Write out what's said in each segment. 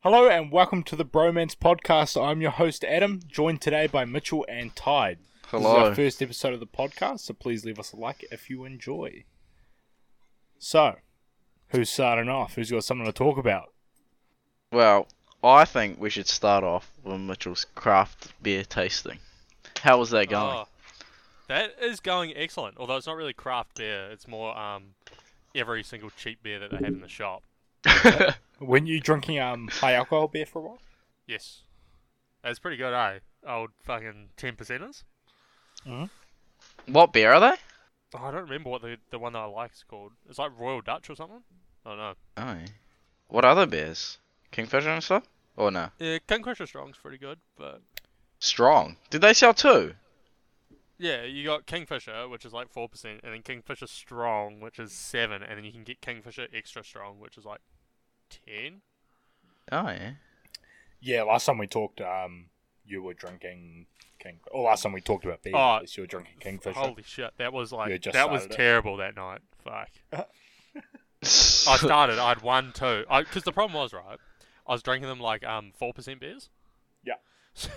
Hello and welcome to the Bromance Podcast. I'm your host Adam, joined today by Mitchell and Tide. This is Hello. our first episode of the podcast, so please leave us a like if you enjoy. So, who's starting off? Who's got something to talk about? Well, I think we should start off with Mitchell's craft beer tasting. How was that going? Oh, that is going excellent. Although it's not really craft beer, it's more um every single cheap beer that they have in the shop. Weren't you drinking um high alcohol beer for a while? Yes, that's pretty good, eh? Old fucking ten percenters. what beer are they? Oh, I don't remember what the the one that I like is called. It's like Royal Dutch or something. I don't know. Oh. What other beers? Kingfisher and stuff? Or no? Yeah, Kingfisher Strong's pretty good, but Strong. Did they sell two? yeah, you got Kingfisher, which is like four percent, and then Kingfisher Strong, which is seven, and then you can get Kingfisher Extra Strong, which is like ten. Oh yeah. Yeah, last time we talked, um, you were drinking King. Or last time we talked about beer, Oh, at least you were drinking Kingfisher. Holy shit, that was Yeah, like just that was started it. terrible that night. Fuck. I started. I had one, two. Because the problem was right. I was drinking them like um four percent beers. Yeah. so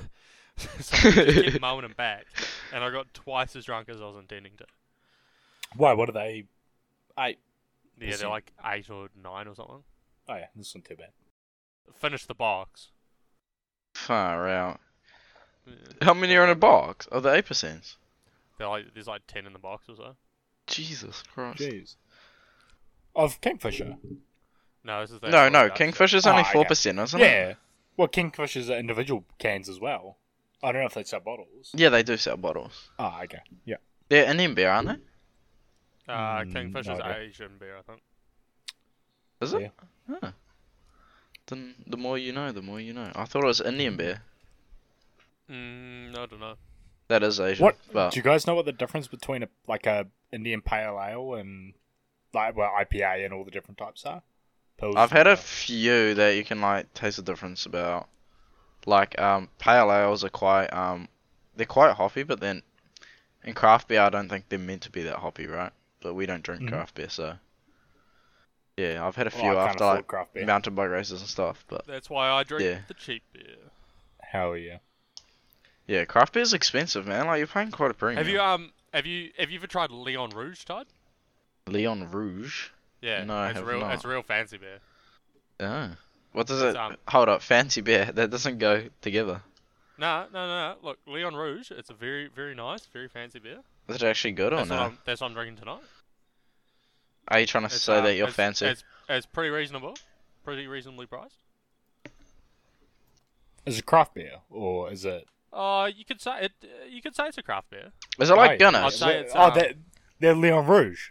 I just kept mowing them back, and I got twice as drunk as I was intending to. Why? What are they? Eight. Yeah, Percent. they're like eight or nine or something. Oh yeah, this isn't too bad. Finished the box. Far out. Yeah. How many are in a box? Of the eight percent? They're like there's like ten in the box or so. Jesus Christ. Jeez. Of Kingfisher. No, this is the No, no, Dutch Kingfisher's Oh, only okay. four percent, isn't it? Yeah. Well, Kingfishers are individual cans as well. I don't know if they sell bottles. Yeah, they do sell bottles. Ah, okay. Yeah. They're Indian beer, aren't they? shit. Uh, Mm, Kingfisher's no idea. Asian beer, I think. Is it? Huh. Then the more you know, the more you know. I thought it was Indian beer. Mm, I don't know. That is Asian. What But do you guys know? What the difference between a like a Indian pale ale and like well IPA and all the different types are? Pills. I've had a few that you can like taste the difference about. Like um, pale ales are quite um, they're quite hoppy, but then in craft beer, I don't think they're meant to be that hoppy, right? But we don't drink Mhm. craft beer, so yeah, I've had a Well, few I can't after afford like craft beer. mountain bike races and stuff. But That's why I drink Yeah. the cheap beer. Hell yeah. yeah, craft beer's expensive, man. Like you're paying quite a premium. Have you um have you have you ever tried Leon Rouge, Todd? Leon Rouge? Yeah, No, I it's have real. not. It's real fancy beer. Oh. What does It's, it? um, Hold up, fancy beer. That doesn't go together. No, no, no. Look, Leon Rouge. It's a very, very nice, very fancy beer. Is it actually good or That's what no? I'm. That's what I'm drinking tonight. Are you trying to It's, say um, that you're it's- fancy? It's, it's pretty reasonable, pretty reasonably priced. Is it craft beer or is it? Uh, you could say it. uh, You could say it's a craft beer. Is it like Right. Guinness? I'd say it's, oh, um, they're, they're Leon Rouge.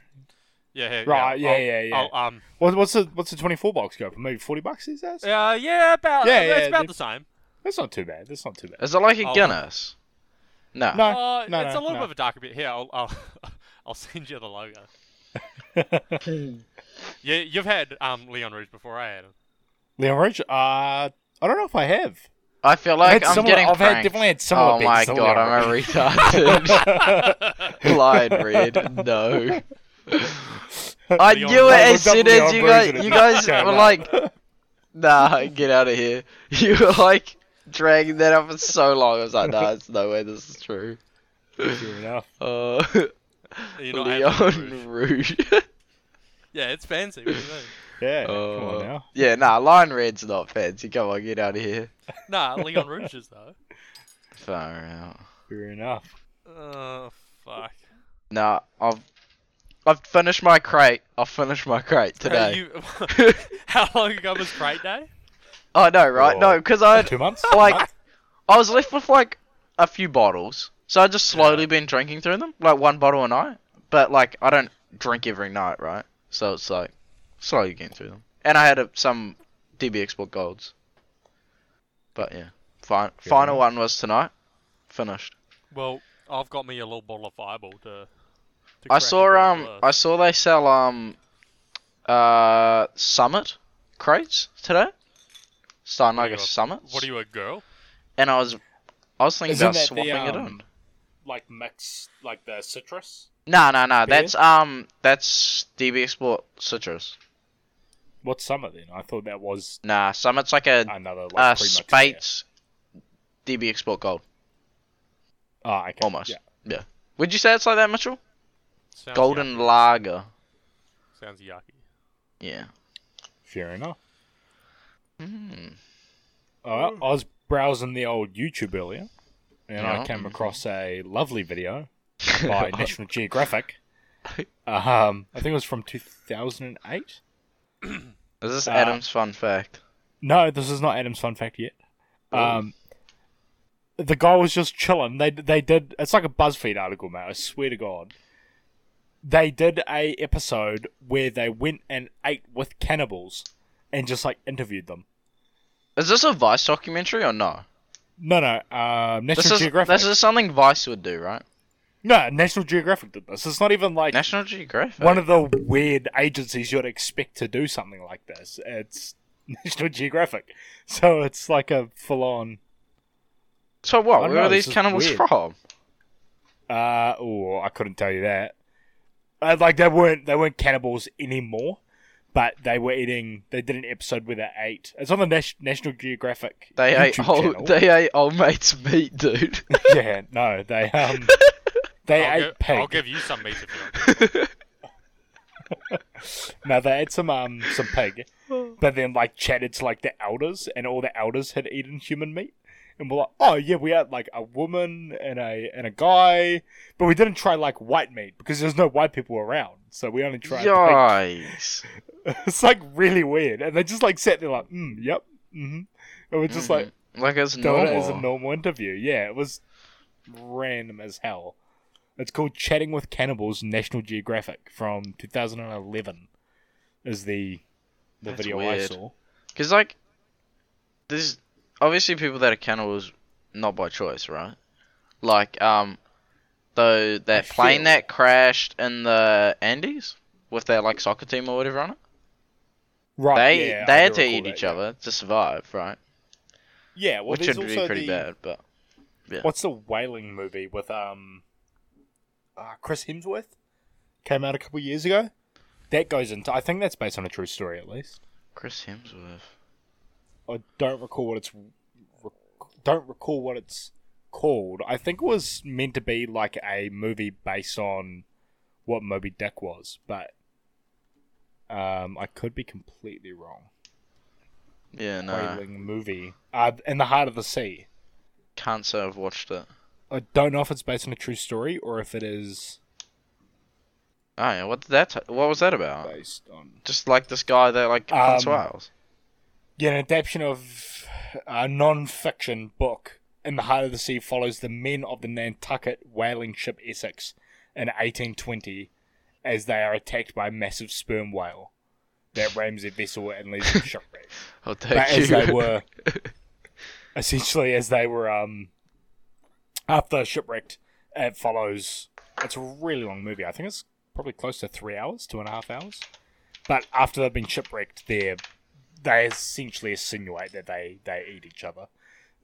Yeah, here, Right, Yeah, yeah, I'll- yeah, yeah. I'll, um. What, what's the what's the twenty four box go for? Maybe forty bucks these days. Uh, yeah, about. Yeah, Yeah, it's yeah, about they- the same. That's not too bad. That's not too bad. Is it like a Oh. Guinness? No. No, uh, no, it's no, a little no. bit of a darker beer. Here, I'll, I'll, I'll send you the logo. Yeah, you've had um Leon Rouge before, I had. Leon Rouge. Uh, I don't know if I have. I feel I've like had I'm similar- getting I've had- pranked. definitely had similar Oh my beers to god, I'm a retarded. Blind red, no. I Leon knew it Rouge. as Look up soon as Leon you Rouge guys, and it you just guys came were up. like, nah, get out of here. You were like dragging that up for so long. I was like, nah, it's no way this is true. Fair enough. Uh, You're not having Leon Rouge. Leon Rouge. Yeah, it's fancy. What do you mean? Yeah. come Uh, on now. Yeah, nah, Lion Red's not fancy. Come on, get out of here. Nah, Leon Rouge is though. Far out. Fair enough. Oh fuck. Nah, I've I've finished my crate. I've finished my crate Hey, today. you- how long ago was Crate Day? I know, right? Oh, No, Whoa. because I Two months. like I was left with like a few bottles, so I just slowly been drinking through them, like one bottle a night. But like I don't drink every night, right? So it's like slowly getting through them. And I had a, some DB Export Golds. But yeah, fine. final one was tonight. Finished. Well, I've got me a little bottle of Fireball I to. to crack uh, saw and um roll I with. saw they sell um uh Summit crates today. Starting What do like a you- Summit. What are you a girl? And I was I was thinking Isn't about that the, swapping it um, in. like mix, like the citrus. No, no, no. beer? That's um that's DB Export Citrus. What's Summit then? I thought that was Nah, Summit's like a another like uh, pretty much there. Spates DB Export Gold. Oh, okay. Almost. Yeah. Would you say it's like that, Mitchell? Sounds Golden Lager. Yucky. Sounds yucky. Yeah. Fair enough. Mm. Uh, I was browsing the old YouTube earlier, and I Yeah. came across a lovely video by National Geographic. Um, I think it was from 2008. Is this Uh, Adam's fun fact? No, this is not Adam's fun fact yet. Oh. Um, the guy was just chilling. They they did. It's like a BuzzFeed article, mate. I swear to God. They did a episode where they went and ate with cannibals, and just like interviewed them. Is this a Vice documentary or no? No, no. Um, National This is Geographic. this is something Vice would do, right? No, National Geographic did this. It's not even like National Geographic. one of the weird agencies you'd expect to do something like this. It's National Geographic, so it's like a full-on. so I what? don't Where know, are this these is cannibals weird. from? Uh, oh, I couldn't tell you that. Uh, like they weren't they weren't cannibals anymore, but they were eating. They did an episode where they ate. It's on the Nas- National Geographic. They YouTube ate old channel. they ate old mates meat, dude. yeah, no, they um, they I'll, ate gi- pig. I'll give you some meat if you want. No, they had some um some pig, but then like chatted to like the elders, and all the elders had eaten human meat, and we're like, oh yeah, we had like a woman and a and a guy, but we didn't try like white meat because there's no white people around, so we only tried. Like, Yikes. it's like really weird, and they just like sat there like, mm, yep, mm-hmm. and we're just like, Hmm. Like it's doing Mm-hmm. normal. it as a normal interview. Yeah, it was random as hell. It's called Chatting with Cannibals National Geographic from 2011 is the the That's video I weird. saw. Because like, there's obviously people that are cannibals not by choice, right? Like um, though that feel- plane that crashed in the Andes with their like soccer team or whatever on it, Right. they yeah, I they had do to recall eat that, each yeah. other to survive, right? Yeah, well, Which there's would also be pretty the, bad, but What's the whaling movie with um, uh, Chris Hemsworth? Came out a couple years ago. That goes into. I think that's based on a true story, at least. Chris Hemsworth. I don't recall what it's don't recall what it's called. I think it was meant to be like a movie based on what Moby Dick was, but um, I could be completely wrong. Yeah, no, Whaling movie, uh, in the heart of the sea. can't say I've watched it. I don't know if it's based on a true story or if it is Oh yeah, what did that? T- what was that about? based on Just like this guy that like hunts Um, whales. yeah, an adaptation of a non-fiction book. In the heart of the sea follows the men of the Nantucket whaling ship Essex in 1820 as they are attacked by a massive sperm whale that rams their vessel and leaves them shipwrecked. I'll But take as they you. were, essentially, as they were, um, after shipwrecked, it follows. It's a really long movie. I think it's probably close to three hours, two and a half hours. But after they've been shipwrecked, they they essentially insinuate that they they eat each other.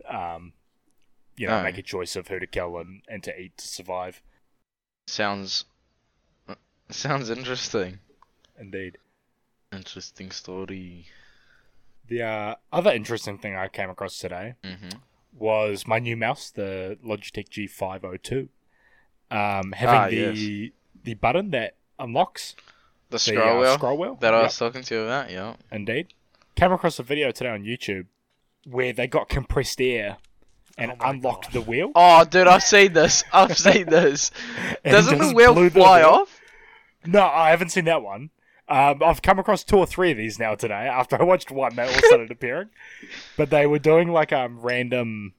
Um, you know, Oh. make a choice of who to kill and, and to eat to survive. Sounds sounds interesting. Indeed. Interesting story. The uh, other interesting thing I came across today Mm-hmm. was my new mouse, the Logitech G502. Um, having Ah, the the button that unlocks The the scroll uh, wheel scroll wheel. that I Yep, was talking to you about, yeah. indeed. Came across a video today on YouTube where they got compressed air and Oh my unlocked God. the wheel. Oh, dude, I've seen this. I've seen this. and Doesn't the just wheel blew the fly wheel. off? No, I haven't seen that one. Um, I've come across two or three of these now today. After I watched one, they all started appearing. But they were doing like um random,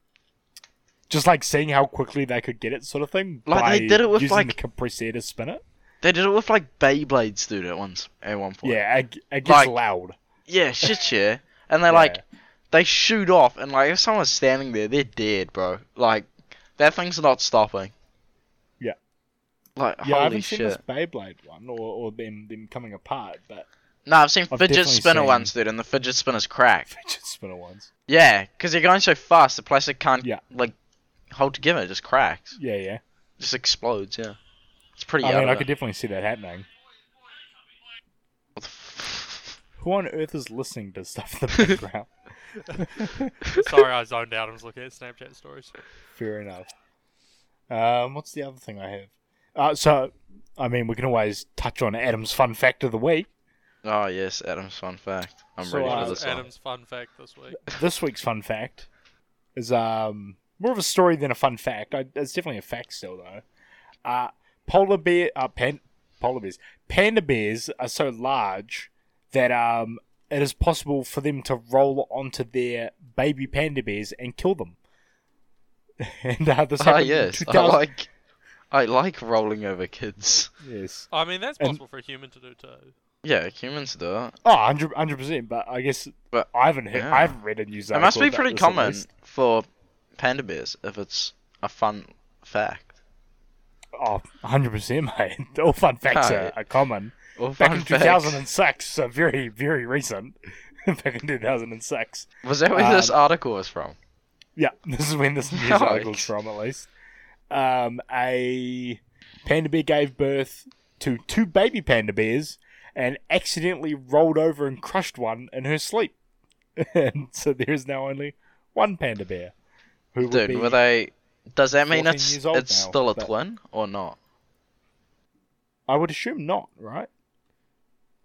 just like seeing how quickly they could get it, sort of thing. Like, they by did it with, using like- the compressed air to spin it. They did it with like Beyblades, dude. At once, at one point. Yeah, it, it gets Like- loud. Yeah, shit, yeah. And they Yeah. like they shoot off, and like if someone's standing there, they're dead, bro. Like that thing's not stopping. Yeah. Like Yeah, I holy haven't shit. seen this Beyblade one or, or them them coming apart, but No, I've seen I've fidget definitely spinner seen- ones, dude, and the fidget spinner's cracked. fidget spinner ones. Yeah, because they're going so fast, the plastic can't Yeah. like hold together. It just cracks. Yeah, yeah. just explodes. Yeah, it's pretty. I mean, out I of could it. definitely see that happening. What the f- Who on earth is listening to stuff in the background? Sorry, I zoned out. I was looking at Snapchat stories. Fair enough. Um, what's the other thing I have? Uh, so, I mean, we can always touch on Adam's fun fact of the week. Oh yes, Adam's fun fact. I'm So, ready uh, for What is this one. Adam's fun fact this week? This week's fun fact is um, more of a story than a fun fact. I, it's definitely a fact still, though. Uh, polar bear, uh, pan, polar bears, panda bears are so large that um, it is possible for them to roll onto their baby panda bears and kill them. and uh, this Ah happened in yes, I 2000 like. I like rolling over kids. yes. I mean, that's And- possible for a human to do too. Yeah, humans do it. Oh, 100 percent. But I guess But- I haven't heard, yeah. I haven't read a news It article. must be about pretty this at common least. for panda bears if it's a fun fact. Oh, 100 percent, mate. All fun facts are, Right. are common. Well, Back fun in fact. 2006, so very, very recent. Back in 2006. Was that where um, this article was from? Yeah, this is when this news Yikes. article's from, at least. Um, a panda bear gave birth to two baby panda bears and accidentally rolled over and crushed one in her sleep. and so there is now only one panda bear. Who would Dude, be- were they? Does that mean 14 it's years old it's now, still a but- twin or not? I would assume not, right?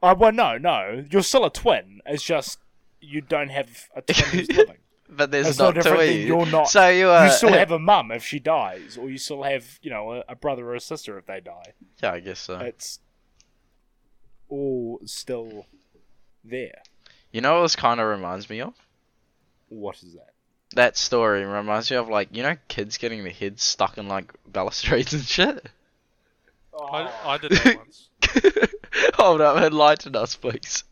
I well, no, no. You're still a twin. It's just you don't have a twin who's living. But there's It's no not two different of than you. you're not- So you uh, are. you still have a mum if she dies, or you still have, you know, a, a brother or a sister if they die. Yeah, I guess so. It's all still there. You know what this kind of reminds me of? What is that? That story reminds me of like you know kids getting their heads stuck in like balustrades and shit. I, I did that once. Hold up, enlighten us, please.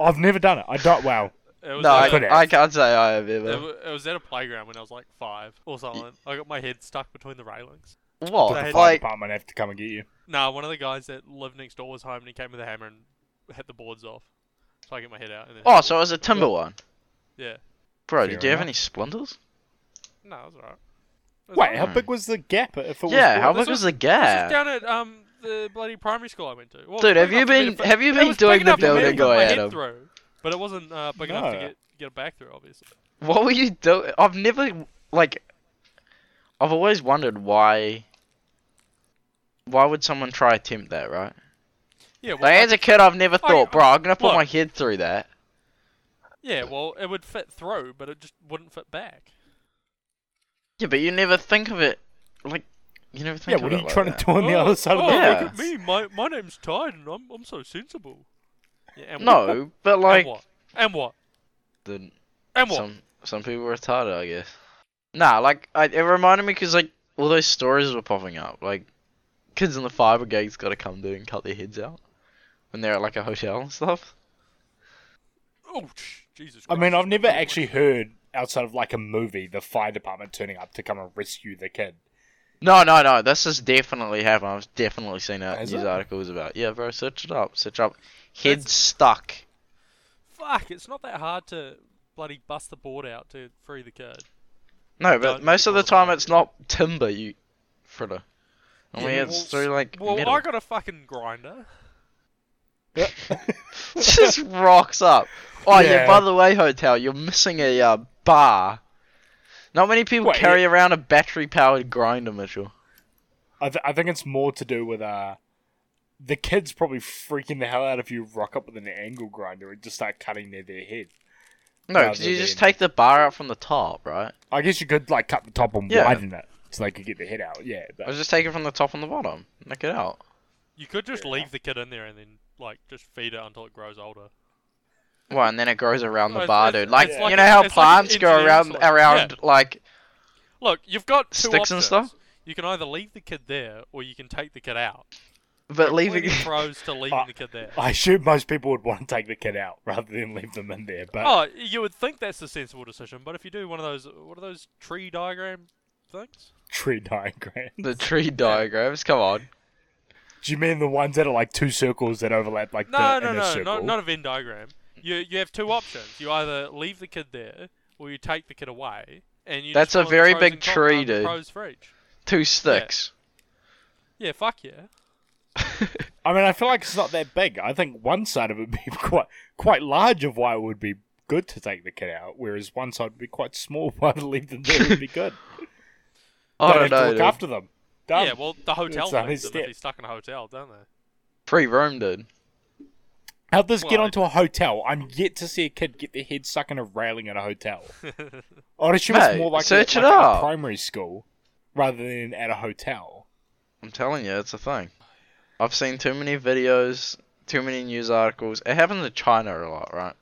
I've never done it. I don't. Wow. It was No, at I, a- could have. I can't say I have It, ever. wa- it was at a playground when I was like five or something. I got my head stuck between the railings. The What? fire Like, department have to come and get you. Nah, one of the guys that lived next door was home and he came with a hammer and hit the boards off. So I get my head out. And then oh, so it was a timber one. yeah. Bro, Fair did you have enough. any splinters? No, it was alright. It was Wait, alright. how big was the gap? If it Hmm. Yeah, was how big this was- was the This is gap? down at um the bloody primary school I went to. Well, Dude, have big you enough for me to been fit- have you it been was doing big the enough for me to building put guy, my head Adam? through, but it wasn't uh, big enough to No. get get it back through, obviously. What were you doing? I've never like. I've always wondered why. Why would someone try attempt that, right? Yeah, well, Like as a kid, I've never I- thought, bro, I'm gonna put look. my head through that. yeah, well, it would fit through, but it just wouldn't fit back. Yeah, but you never think of it like you never Yeah, think. what of are it you like trying that. to do on the Oh, other side oh, of the Yeah. look at me. My my name's Tide, and I'm I'm so sensible. Yeah, and what? No, but like and what? And what? the, And what? some some people are retarded, I guess. Nah, like I, it reminded me because like all those stories were popping up, like kids in the fire brigade's got to come do and cut their heads out when they're at like a hotel and stuff. Oh, sh- Jesus. I Christ. mean, I've never actually heard outside of like a movie the fire department turning up to come and rescue the kid. No, no, no. This has definitely happened. I've definitely seen it. Has news it? articles about. Yeah, bro. Search it up. Search up. Head stuck. Fuck, it's not that hard to bloody bust the board out to free the kid. No, but Don't most of the recall the time it's not timber. You, fritter. I mean, Yeah, it's well, through like Well, metal. I got a fucking grinder. just rocks up. Oh yeah. Yeah. By the way, hotel, you're missing a uh, bar. Not many people Wait, carry around a battery-powered grinder, Mitchell. I, th- I think it's more to do with uh, the kid's probably freaking the hell out if you rock up with an angle grinder and just start cutting their, their head. No, Rather because you just than- take the bar out from the top, right? I guess you could like cut the top and Yeah. widen it so they could get their head out. Yeah, I but was just taking from the top and the bottom. Knock it out. You could just leave the kid in there and then like just feed it until it grows older. Well, and then it grows around No, the it's- bar, it's- dude. Like, it's like you know an- how it's like an plants go engineering around solution. around Yeah. like Look, you've got two Sticks and options. stuff? You can either leave the kid there or you can take the kid out. but leaving Leaving pros to leaving Ah. the kid there. I assume most people would want to take the kid out rather than leave them in there. But Oh, you would think that's the sensible decision, but if you do one of those, what are those tree diagram things? tree diagram. the tree diagrams. Come on. Do you mean the ones that are like two circles that overlap like No, the no, inner no, circle? not, not a Venn diagram. You you have two options. You either leave the kid there or you take the kid away, and you. That's just a follow the very pros big and cons- tree, um, dude. Pros for each. Two sticks. Yeah, fuck yeah. I mean, I feel like it's not that big. I think one side of it would be quite quite large of why it would be good to take the kid out, whereas one side would be quite small why to leave them there would be good. I have don't to know. look dude. after them. Done. yeah, well, the hotel It's on thinks his them if step. he's stuck in a hotel, don't they? Free room, dude. How'd this get Well, I- onto a hotel? I'm yet to see a kid get their head stuck in a railing at a hotel. I'd assume it's Mate, more like, search a, it like at a up. primary school rather than at a hotel. I'm telling you, it's a thing. I've seen too many videos, too many news articles. It happens in China a lot, right?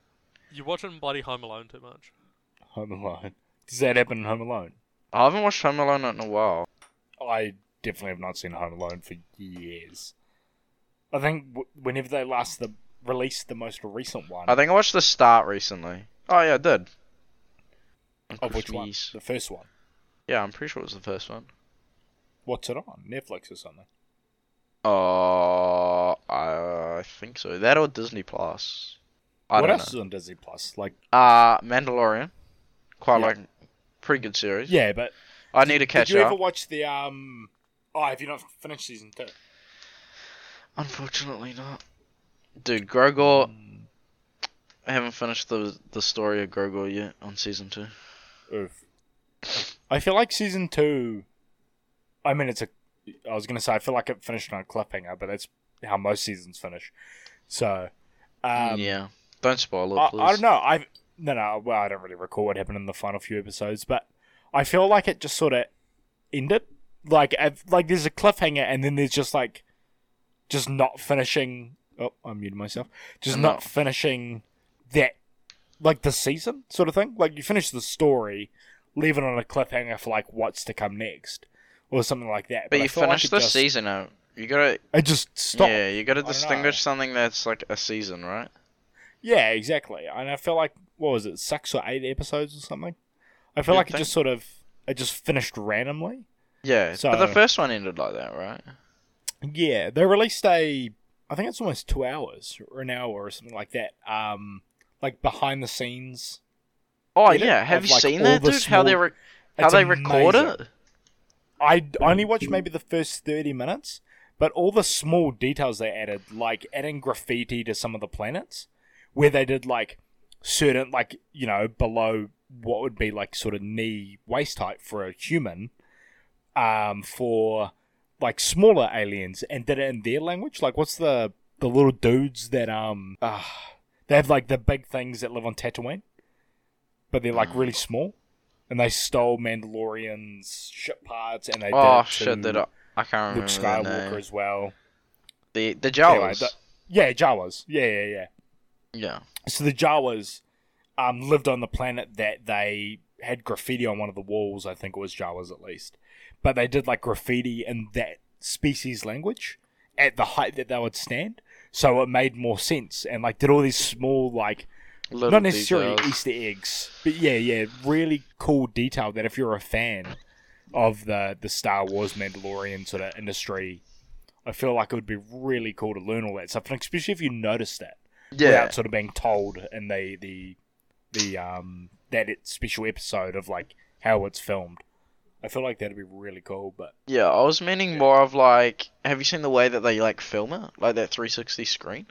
You're watching bloody Home Alone too much. Home Alone. Does that happen in Home Alone? I haven't watched Home Alone in a while. I definitely have not seen Home Alone for years. I think w- whenever they last the released the most recent one, I think I watched the start recently. Oh yeah, I did. On of which one? Christmas. The first one. Yeah, I'm pretty sure it was the first one. What's it on? Netflix or something? Uh, I think so. That or Disney Plus. I what don't else know. is on Disney Plus? Like, Uh, Mandalorian. Quite Yeah. like pretty good series. yeah, but I need to catch did you up. ever watch the um? Oh, have you not finished season two? Unfortunately not. Dude, Grogor. I haven't finished the the story of Grogor yet on season two. Oof. I feel like season two. I mean, it's a. I was gonna say I feel like it finished on a cliffhanger, but that's how most seasons finish. So, um, yeah. Don't spoil it, I, please. I don't know. I no no. Well, I don't really recall what happened in the final few episodes, but I feel like it just sort of ended. Like I've, like there's a cliffhanger, and then there's just like just not finishing. Oh, I muted myself. Just No. not finishing that like the season sort of thing. Like you finish the story, leave it on a cliffhanger for like what's to come next or something like that. But I you feel like finished it the just- season out. You gotta It just stopped. yeah. You gotta don't know. distinguish something that's like a season, right? Yeah, exactly. And I feel like what was it, six or eight episodes or something? I feel You'd like it think. just sort of it just finished randomly. Yeah. but the So- first one ended like that, right? Yeah, they released a I think it's almost two hours or an hour or something like that. Um, like behind the scenes. Oh Did it? yeah. Have Of, you like, seen all that, the dude? How they small- re- how It's they record amazing. it? I only watched maybe the first thirty minutes, but all the small details they added, like adding graffiti to some of the planets, where they did like certain like you know below what would be like sort of knee waist height for a human, um, for like smaller aliens and did it in their language. Like, what's the the little dudes that um uh, they have like the big things that live on Tatooine, but they're like really small, and they stole Mandalorians' ship parts and they Oh did it shit, to did I? I can't Luke remember Skywalker as well. The the Anyway, Jawas. the- yeah, Jawas. Yeah, yeah, yeah. Yeah. So the Jawas um, lived on the planet that they had graffiti on one of the walls. I think it was Jawas at least, but they did like graffiti in that species language at the height that they would stand. So it made more sense, and like did all these small like Little not necessarily details. Easter eggs, but yeah, yeah, really cool detail that if you're a fan of the the Star Wars Mandalorian sort of industry, I feel like it would be really cool to learn all that stuff, and especially if you noticed it Yeah. without sort of being told in the the the um that it special episode of like how it's filmed. I feel like that'd be really cool, but Yeah, I was meaning more of like, have you seen the way that they like film it, like that 360 screen?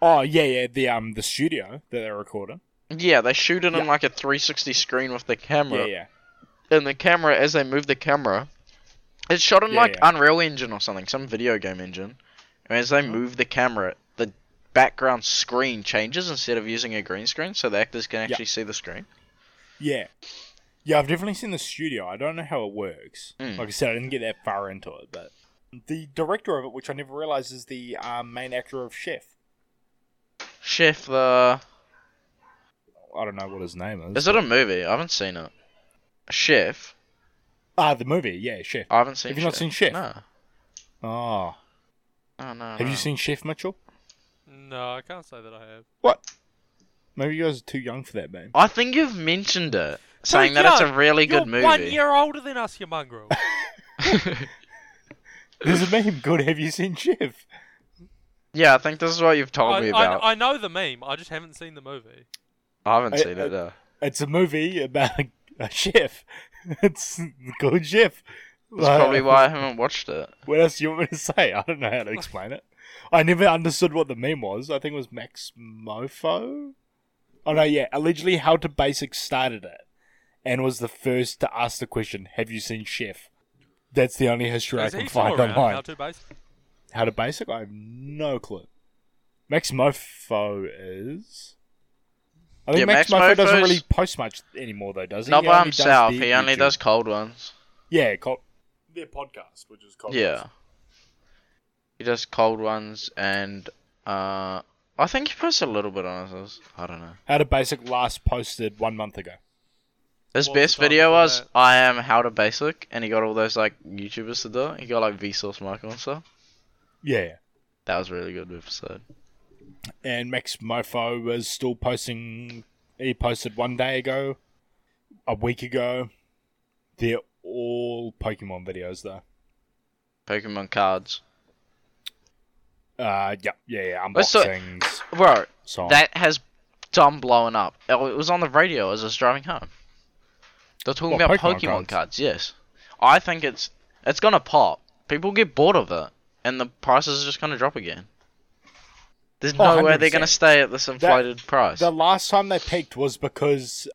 oh yeah, yeah, the um the studio that they recorded. Yeah, they shoot it Yeah. on like a 360 screen with the Yeah, camera, yeah, and the camera as they move the camera, it's shot in Yeah, like yeah. Unreal Engine or something, some video game engine, and as they Oh. move the camera, the background screen changes instead of using a green screen, so the actors can actually see the screen. yeah, yeah. I've definitely seen the studio. I don't know how it works. Mm. Like I said, I didn't get that far into it, but the director of it, which I never realized, is the um, main actor of Chef. Chef, the I don't know what his name is. is it a movie? I haven't seen it. Chef, Ah, the movie. Yeah, Chef. I haven't seen. Have you not seen Chef? No. Oh, Oh, no. have no. you seen Chef Mitchell? No, I can't say that I have. What? Maybe you guys are too young for that, man. I think you've mentioned it, saying Too that it's a young. really You're good movie. one year older than us, you mongrel. Does it make him good? Have you seen Chef? yeah, I think this is what you've told I, me I- about. I, I know the meme. I just haven't seen the movie. haven't I- seen I- it. Uh, It's a movie about a, a chef. It's a good chef. that's probably why I haven't watched it. What else do you want me to say? I don't know how to explain it. I never understood what the meme was. I think it was Max Mofo. Oh no, yeah. Allegedly, How to Basics started it, and was the first to ask the question, "Have you seen Chef?" That's the only history Is I he can still find around? online. How to base? How to Basic? I have no clue. Max Mofo is. I think Yeah, Max, Max Mofo, doesn't Mofo's- really post much anymore, though, does he? Not He by only does himself. the He only YouTube. does cold ones. Yeah, col- their podcast, which is called Yeah. He does cold ones and uh I think he puts a little bit on us. I don't know. How to Basic last posted one month ago. His What was best the title video for was that? I am how to basic and he got all those like YouTubers to do it. He got like Vsauce Michael and stuff. Yeah, That was a really good episode. and Max Mofo was still posting. He posted one day ago, a week ago. They're all Pokemon videos, though. Pokemon cards. Uh, yeah, yeah, yeah. Let's do it. Unboxings, Bro, so on. Oh, that has done blowing up. Oh, It was on the radio as I was driving home. They're talking What, about Pokemon Pokemon, cards? cards. yes. I think it's it's gonna pop. People get bored of it and the prices are just gonna drop again. There's Oh, no way they're gonna 100%. stay at this inflated price. The last time they peaked was because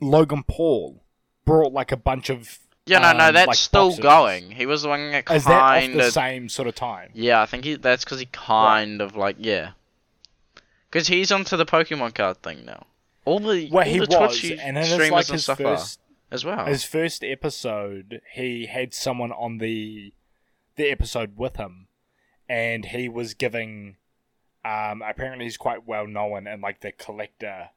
Logan Paul brought like a bunch of yeah, no, no, um, that's like, still boxes. going. He was the one that Is that off kind the of same sort of time? Yeah, I think he, that's because he kind of like yeah, because he's onto the Pokemon card thing now. All the Where all he the was, Twitch and then it's streamers like and his stuff first, are as well. his first episode. He had someone on the the episode with him, and he was giving. Um, apparently, he's quite well known in like the collector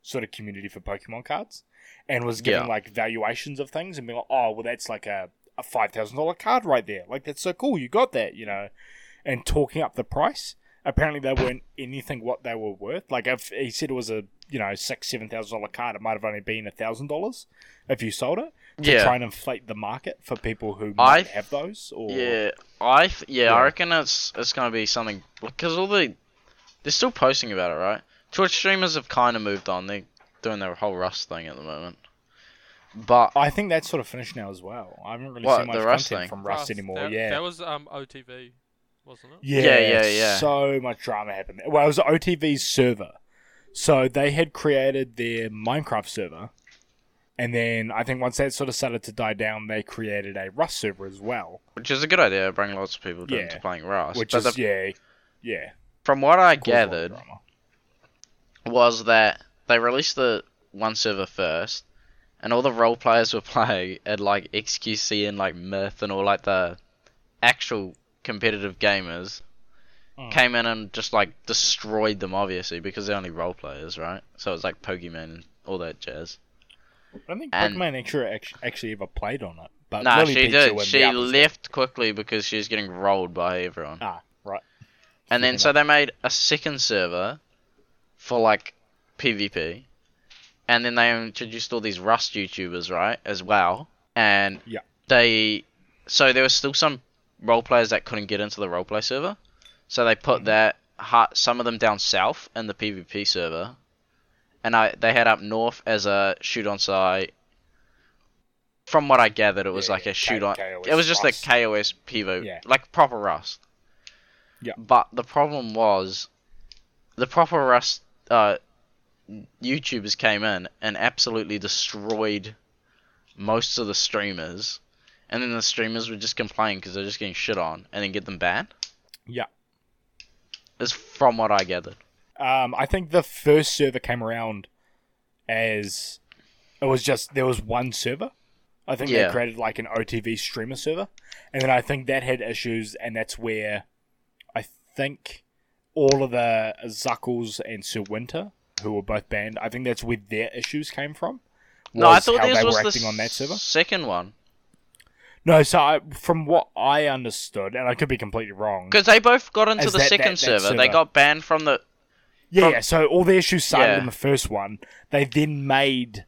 sort of community for Pokemon cards, and was giving Yeah. like valuations of things and being like, "Oh, well, that's like a a five thousand dollar card right there. Like that's so cool. You got that, you know." and talking up the price. Apparently, they weren't anything what they were worth. Like if he said it was a you know six seven thousand dollar card, it might have only been a thousand dollars if you sold it to Yeah. try and inflate the market for people who I- might have those. Or Yeah, I th- yeah, Yeah. I reckon it's it's gonna be something because all the they're still posting about it, right? Twitch streamers have kind of moved on. They're doing their whole Rust thing at the moment, but I think that's sort of finished now as well. I haven't really What, seen much the content Rust thing? from Rust, anymore. That, yeah. That was um OTV, wasn't it? yeah, Yeah, yeah, yeah. So much drama happened. Well, it was OTV's server, so they had created their Minecraft server, and then I think once that sort of started to die down, they created a Rust server as well. which is a good idea, bring lots of people to, Yeah. into playing Rust. which but is the- yeah, yeah. from what I caused a lot of gathered, drama. was that they released the one server first, and all the role players were playing at like XQC and like Myth and all like the actual competitive gamers Mm. came in and just like destroyed them obviously because they're only role players, right? So it's like Pokemon and all that jazz. I don't think and- Pokemon actually, act- actually ever played on it. But nah, Lily she Pikachu and did. the She others- left quickly because she was getting rolled by everyone. Ah, right. And then Flipping so they made a second server for like PvP. And then they introduced all these Rust YouTubers, right, as well. And Yeah. they so there was still some role players that couldn't get into the roleplay server. So they Mm-hmm. put that ha- some of them down south in the PvP server. And I they had up north as a shoot on site. From what I gathered, it was Yeah, like yeah, a shoot K- on. KOS it was just Rust. a KOS Pivo, Yeah. like proper Rust. Yeah. But the problem was, the proper Rust uh, YouTubers came in and absolutely destroyed most of the streamers, and then the streamers would just complain because they're just getting shit on, and then get them banned. Yeah. Is from what I gathered. Um, I think the first server came around as it was just there was one server. I think they Yeah. created like an OTV streamer server, and then I think that had issues, and that's where I think all of the Zuckles and Sir Winter, who were both banned, I think that's where their issues came from. no, I was thought how this they was were the acting on that server. Mm. second one No, so I, from what I understood, and I could be completely wrong. because they both got into Is the that- second that- that server. They server. got banned from the Yeah, from- yeah. So all the issues started Yeah. in the first one. They then made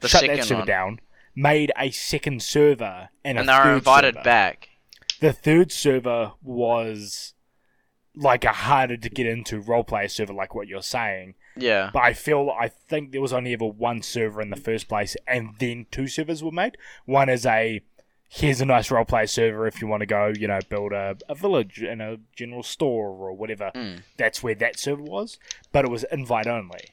The shut second that server one. down, made a second server, and, and a they were third invited server. back. The third server was like a harder to get into roleplay server, like what you're saying. Yeah. But I feel I think there was only ever one server in the first place, and then two servers were made. One is a here's a nice roleplay server if you want to go, you know, build a, a village and a general store or whatever. Mm. That's where that server was, but it was invite only.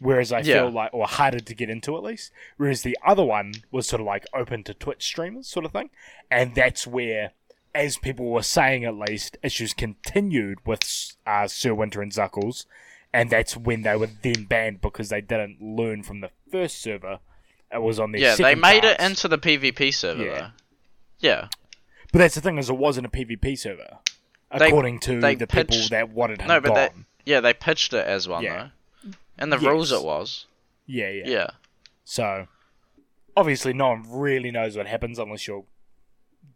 Whereas I Yeah. feel like, or harder to get into at least. Whereas the other one was sort of like open to Twitch streamers, sort of thing. And that's where, as people were saying at least, issues continued with uh, Sir Winter and Zuckles. And that's when they were then banned because they didn't learn from the first server. It was on their Yeah, they second made it pass. into the PvP server Yeah. though. Yeah. But that's the thing is, it wasn't a PvP server, They- according to they the people pitched- that wanted him No, but gone. they yeah, they pitched it as one Yeah. though. And the rules Yes. it was. Yeah, yeah, Yeah. So obviously, no one really knows what happens unless you're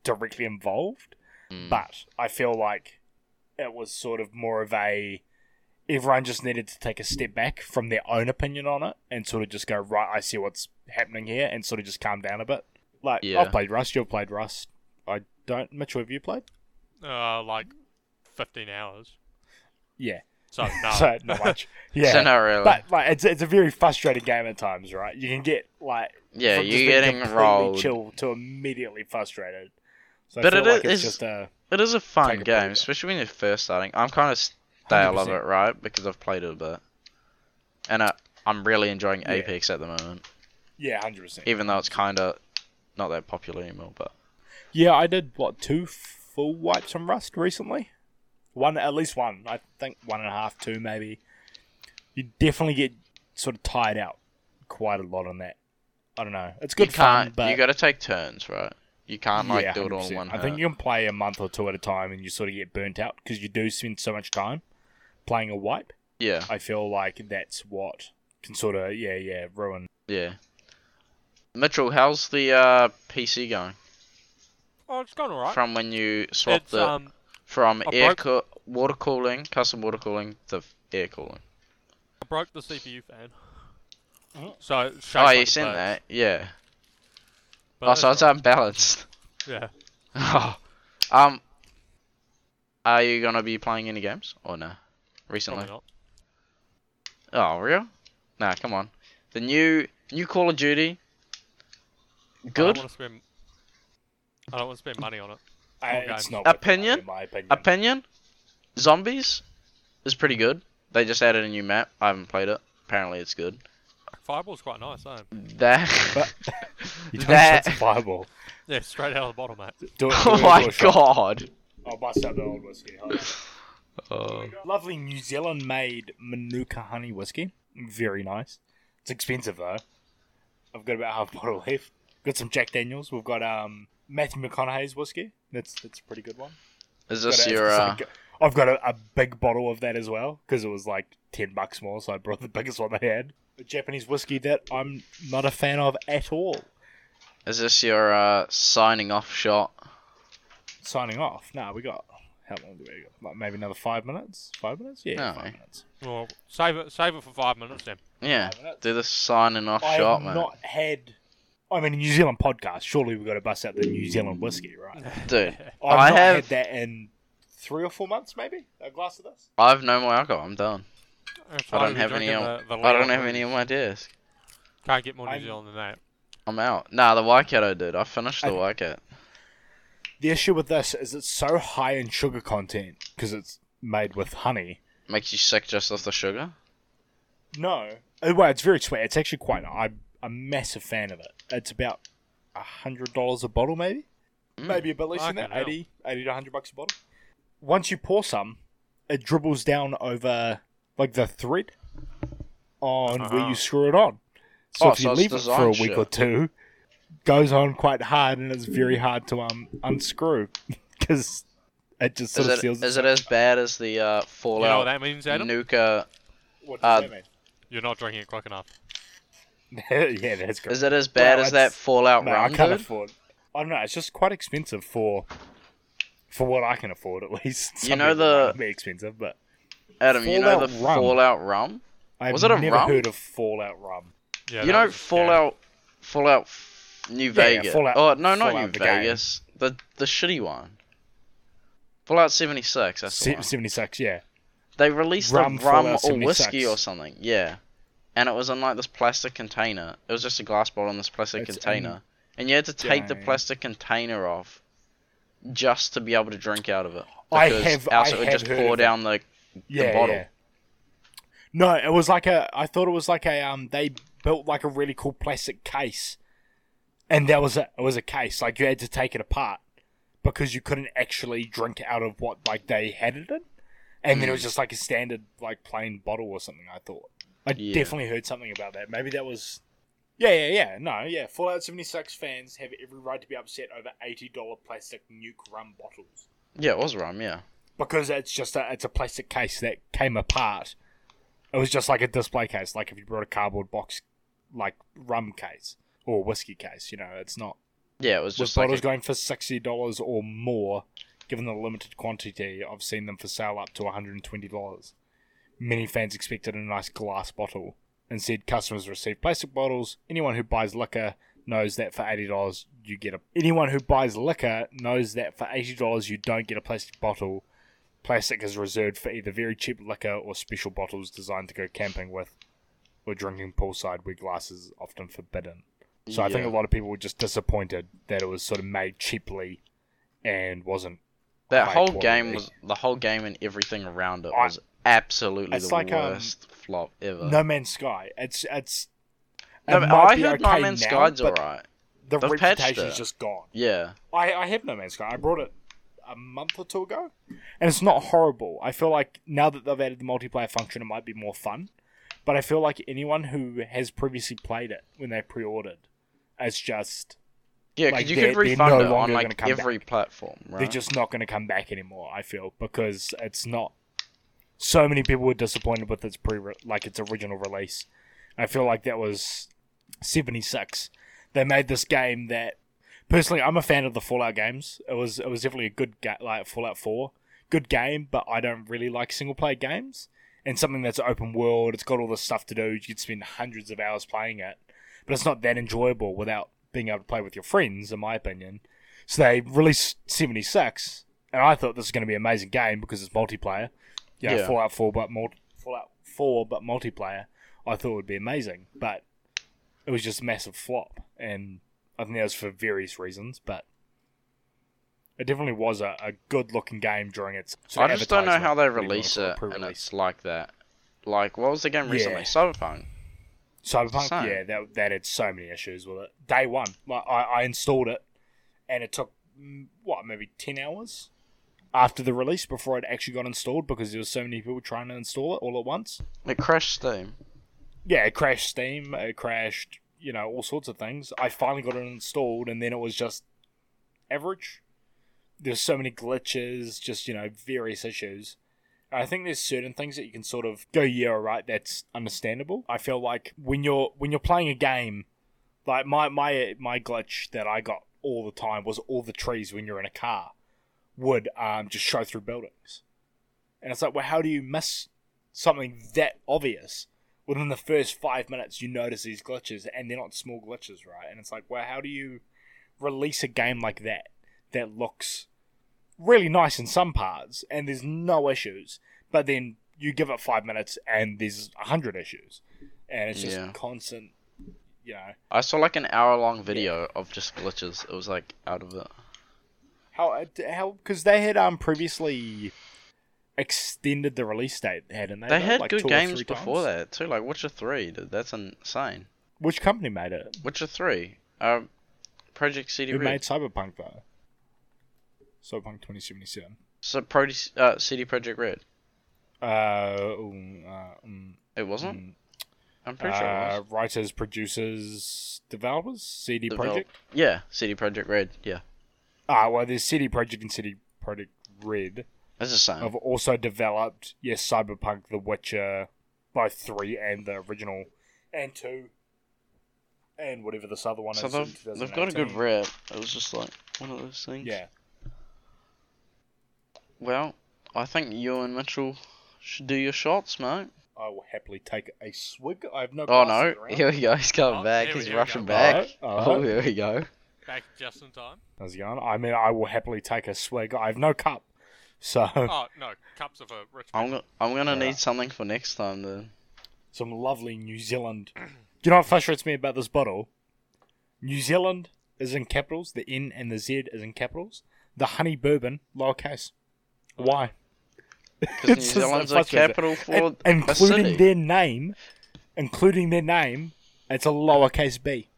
directly involved. Hmm. But I feel like it was sort of more of a everyone just needed to take a step back from their own opinion on it and sort of just go right. I see what's happening here, and sort of just calm down a bit. Like Yeah. I've played Rust, you've played Rust. I don't. Mitchell, have you played? Uh, like 15 hours. Yeah. So, no. So not much. Yeah. Oh. So not really. But like, it's it's a very frustrating game at times, right? You can get like yeah, from just you're being getting completely rolled. chill to immediately frustrated. So But I it feel like is- it's just a It is a Take fun a game, breather. especially when you're first starting. I'm kind of stale of 100%. it, right? Because I've played it a bit, and I, I'm really enjoying Yeah. Apex at the moment, yeah, hundred percent. even though it's kind of not that popular anymore. But Yeah, I did what two full wipes from Rust recently. One, at least one. I think one and a half, two maybe. You definitely get sort of tired out quite a lot on that. I don't know. It's good you fun, can't. but you got to take turns, right? You can't like yeah, do it all in 100%. one. I think you can play a month or two at a time, and you sort of get burnt out because you do spend so much time playing a wipe. Yeah, I feel like that's what can sort of yeah yeah ruin. yeah. Mitchell, how's the uh, PC going Oh, it's gone alright. from when you swapped It's, it um, from I air co- water cooling, custom water cooling to f- air cooling? I broke the CPU fan. So, it shakes Oh, like you a sent bird, that, yeah. but Oh, that's so it's alright. unbalanced. Yeah. Oh. Um. Are you gonna be playing any games or no? Recently? Probably not. Oh, real? Nah, come on. The new new Call of Duty. I Good don't want to spend. I don't want to spend money on it. I, Okay. It's not worth it, Opinion? in my opinion. opinion. Zombies is pretty good. They just added a new map. I haven't played it. Apparently, it's good. Fireball's quite nice, eh? That. you don't that- that... fireball. Yeah, straight out of the bottle, mate. Do it, do oh it, do my a shot. god. I'll bust out the old whiskey. Hold on. Oh. Lovely New Zealand made Manuka honey whiskey. Very nice. It's expensive though. I've got about half a bottle left. Got some Jack Daniels. We've got um Matthew McConaughey's whiskey. That's that's a pretty good one. Is Got this a- your? it's Uh, like a- I've got a, a big bottle of that as well because it was like ten bucks more, so I brought the biggest one they had. A Japanese whiskey that I'm not a fan of at all. is this your uh, signing off shot? Signing off. Nah, we got how long do we got? Like maybe another five minutes. Five minutes? Yeah, No. five minutes. Well, save it. Save it for five minutes then. Yeah. Five minutes. Do the signing off I shot, have man. not had. I mean, a New Zealand podcast. Surely we've got to bust out the New Zealand whiskey, right? Dude, I've I not have had that in three or four months, maybe. A glass of this. I have no more alcohol. I'm done. That's I why don't we're have any. drinking On, the- the I don't Leo have Green. any on my desk. Can't get more New I'm- Zealand than that. I'm out. Nah, the Waikato dude. I finished the Okay. Waikato. The issue with this is it's so high in sugar content because it's made with honey. Makes you sick just off the sugar. No. Uh, Well, it's very sweet. It's actually quite. I'm a massive fan of it. It's about a hundred dollars a bottle, maybe, Mm. maybe a bit less than that. Fucking hell. 80, 80 to hundred bucks a bottle. Once you pour some, it dribbles down over like the thread on where Uh-huh. you screw it on. So Oh, if you so it's leave it for a designed week shit. or two, goes on quite hard, and it's very hard to um unscrew because it just Is sort of it, seals. is it as bad as the uh, You know what Fallout that means, Adam? Nuka? What uh, does that You're not drinking it quick enough. mean? yeah, that's correct. Is it as bad Well, as that it's- Fallout No, I rum, can't dude? afford. I don't know. It's just quite expensive for for what I can afford, at least. You Some know people the- might not be expensive, but Adam, you know the Fallout rum. Fallout rum? I've Was it a never rum? heard of Fallout rum. Yeah, you that know was a scam. Fallout, Fallout New Yeah, yeah, Vegas. Fallout- oh no, not Fallout New the game. Vegas. The the shitty one. Fallout seventy six. That's the Se- one. Seventy six, yeah. They released Rum a rum Fallout or whiskey 76. or something, yeah. And it was in like this plastic container. It was just a glass bottle in this plastic It's in- container. and you had to take the Dang. plastic container off just to be able to drink out of it. I because have- else I it would have just heard pour of down the yeah, bottle. yeah. No, it was like a. I thought it was like a. Um, they built like a really cool plastic case, and that was a. It was a case like you had to take it apart because you couldn't actually drink out of what like they had it in, and then it was Hmm. just like a standard like plain bottle or something. I thought. I Yeah. definitely heard something about that. Maybe that was. Yeah, yeah, yeah. No, yeah. Fallout 76 fans have every right to be upset over $80 plastic nuke rum bottles Yeah, it was rum. Yeah. because it's just a, it's a plastic case that came apart. It was just like a display case, like if you brought a cardboard box, like rum case or whiskey case. You know, it's not. Yeah, it was Just just like bottles a- going for sixty dollars or more, given the limited quantity. I've seen them for sale up to one hundred and twenty dollars. Many fans expected a nice glass bottle. Instead, customers receive plastic bottles. Anyone who buys liquor knows that for eighty dollars you get a. Anyone who buys liquor knows that for eighty dollars you don't get a plastic bottle. Plastic is reserved for either very cheap liquor or special bottles designed to go camping with, or drinking poolside where glass is often forbidden. So I think Yeah. a lot of people were just disappointed that it was sort of made cheaply and wasn't. that high whole quality. game was the whole game and everything around it I- was absolutely It's the like, um, worst flop ever. No Man's Sky. It's it's. No, it but might I be heard okay No Man's now, Sky's but alright. The They've patched reputation is it. just gone. Yeah. I I have No Man's Sky. I brought it a month or two ago, and it's not horrible. I feel like now that they've added the multiplayer function, it might be more fun. But I feel like anyone who has previously played it when they pre-ordered, it's just Yeah, Like, because you they're- could they're refund no it on longer gonna like come every platform, right? they're just not going to come back anymore. I feel because it's not. So many people were disappointed with its pre like its original release. I feel like that was seventy six. They made this game that personally I'm a fan of the Fallout games. It was it was definitely a good ga- like Fallout Four, good game, but I don't really like single player games. And something that's open world, it's got all this stuff to do. You could spend hundreds of hours playing it, but it's not that enjoyable without being able to play with your friends, in my opinion. So they released 76, and I thought this is going to be an amazing game because it's multiplayer. You know, Yeah. Fallout 4, but multi- Fallout 4, but multiplayer. I thought would be amazing, but it was just a massive flop, and I think that was for various reasons, but. It definitely was a, a good looking game during its. I sort of just don't know advertisement, how they what do you wanna release call it and pre-release. it's like that. Like, what was the game recently? Yeah. Cyberpunk. Cyberpunk, Same. yeah, that, that had so many issues with it. Day one, like I, I installed it, and it took mm, what maybe ten hours after the release before it actually got installed because there was so many people trying to install it all at once. It crashed Steam. Yeah, it crashed Steam, it crashed, you know, all sorts of things. I finally got it installed, and then it was just average. There's so many glitches, just you know, various issues. I think there's certain things that you can sort of go, yeah, all right, that's understandable. I feel like when you're when you're playing a game, like my my my glitch that I got all the time was all the trees when you're in a car would um, just show through buildings, and it's like, well, how do you miss something that obvious? Within the first five minutes, you notice these glitches, and they're not small glitches, right? And it's like, well, how do you release a game like that that looks really nice in some parts and there's no issues, but then you give it five minutes and there's a hundred issues, and it's just Yeah. constant, you know. I saw like an hour long video of just glitches. It was like out of it. How uh, how because they had um previously extended the release date, hadn't they? They though? had Like good two or games three before times? that too, like Witcher Three. Dude, that's insane. Which company made it? Witcher Three, um, Project CD Who Red. made Cyberpunk though? Cyberpunk twenty seventy seven. So Prodi- uh, CD Project Red. Uh, mm, uh, mm, It wasn't. mm. I'm pretty sure it Uh, was. writers, producers, developers, CD Develop- Project. Yeah, CD Project Red. Yeah, Ah, well, there's CD Project and CD Project Red. that's the same. I've also developed yes, Cyberpunk, The Witcher, both three and the original, and two, and whatever this other one So is. in they've, they've got a good 2018. rep. It was just like one of those things. Yeah, Well, I think you and Mitchell should do your shots, mate. I will happily take a swig. I have no. Oh glasses no! around. Here we go. He's coming Oh, back. here we- He's here we rushing go. back. Alright, alright. Oh, here we go. Back just in time. How's it going? I mean, I will happily take a swig. I have no cup, so Oh no, cups of a rich. I'm gonna I'm gonna Yeah. need something for next time then. some lovely New Zealand. Do you know what frustrates me about this bottle? New Zealand is in capitals. The N and the Z is in capitals. The honey bourbon, lowercase. Oh. Why? Because New It's just like Zealand's a frustrating. capital for And- a including city. their name, including their name, it's a lowercase b.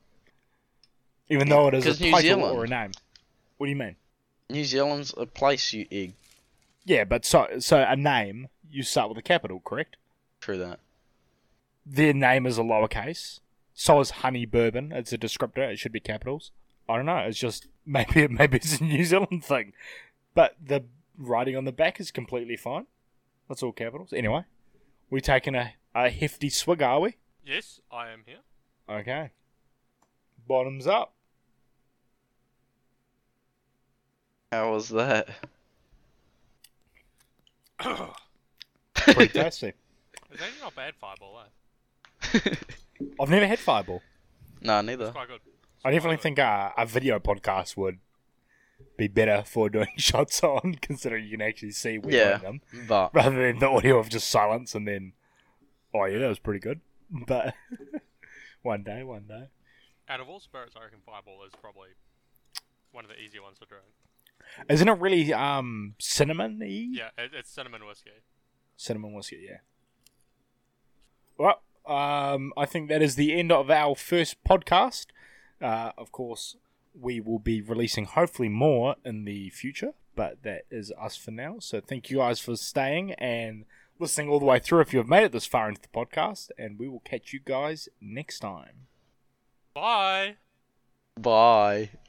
Even though it is a 'Cause New title Zealand. or a name. What do you mean? New Zealand's a place, you egg. Yeah, but so so a name you start with a capital, correct? True that. Their name is a lowercase. So is honey bourbon. It's a descriptor. It should be capitals. I don't know. It's just maybe maybe it's a New Zealand thing, but the writing on the back is completely fine. That's all capitals. Anyway, we taking a, a hefty swig, are we? Yes, I am here. Okay. Bottoms up. How was that? Pretty tasty. It's actually not bad fireball, eh? I've never had Fireball. nah, It's neither. quite good. I definitely think uh, a video podcast would be better for doing shots on, considering you can actually see we're Yeah. doing them, But rather than the audio of just silence and then, oh yeah, that was pretty good. But one day, one day. Out of all spirits, I reckon fireball is probably one of the easier ones to drink. Isn't it really um cinnamon-y? Yeah, it, it's cinnamon whiskey. Cinnamon whiskey, yeah. Well, um, I think that is the end of our first podcast. Uh, of course, we will be releasing hopefully more in the future, but that is us for now. So thank you guys for staying and listening all the way through if you have made it this far into the podcast, and we will catch you guys next time. Bye. bye.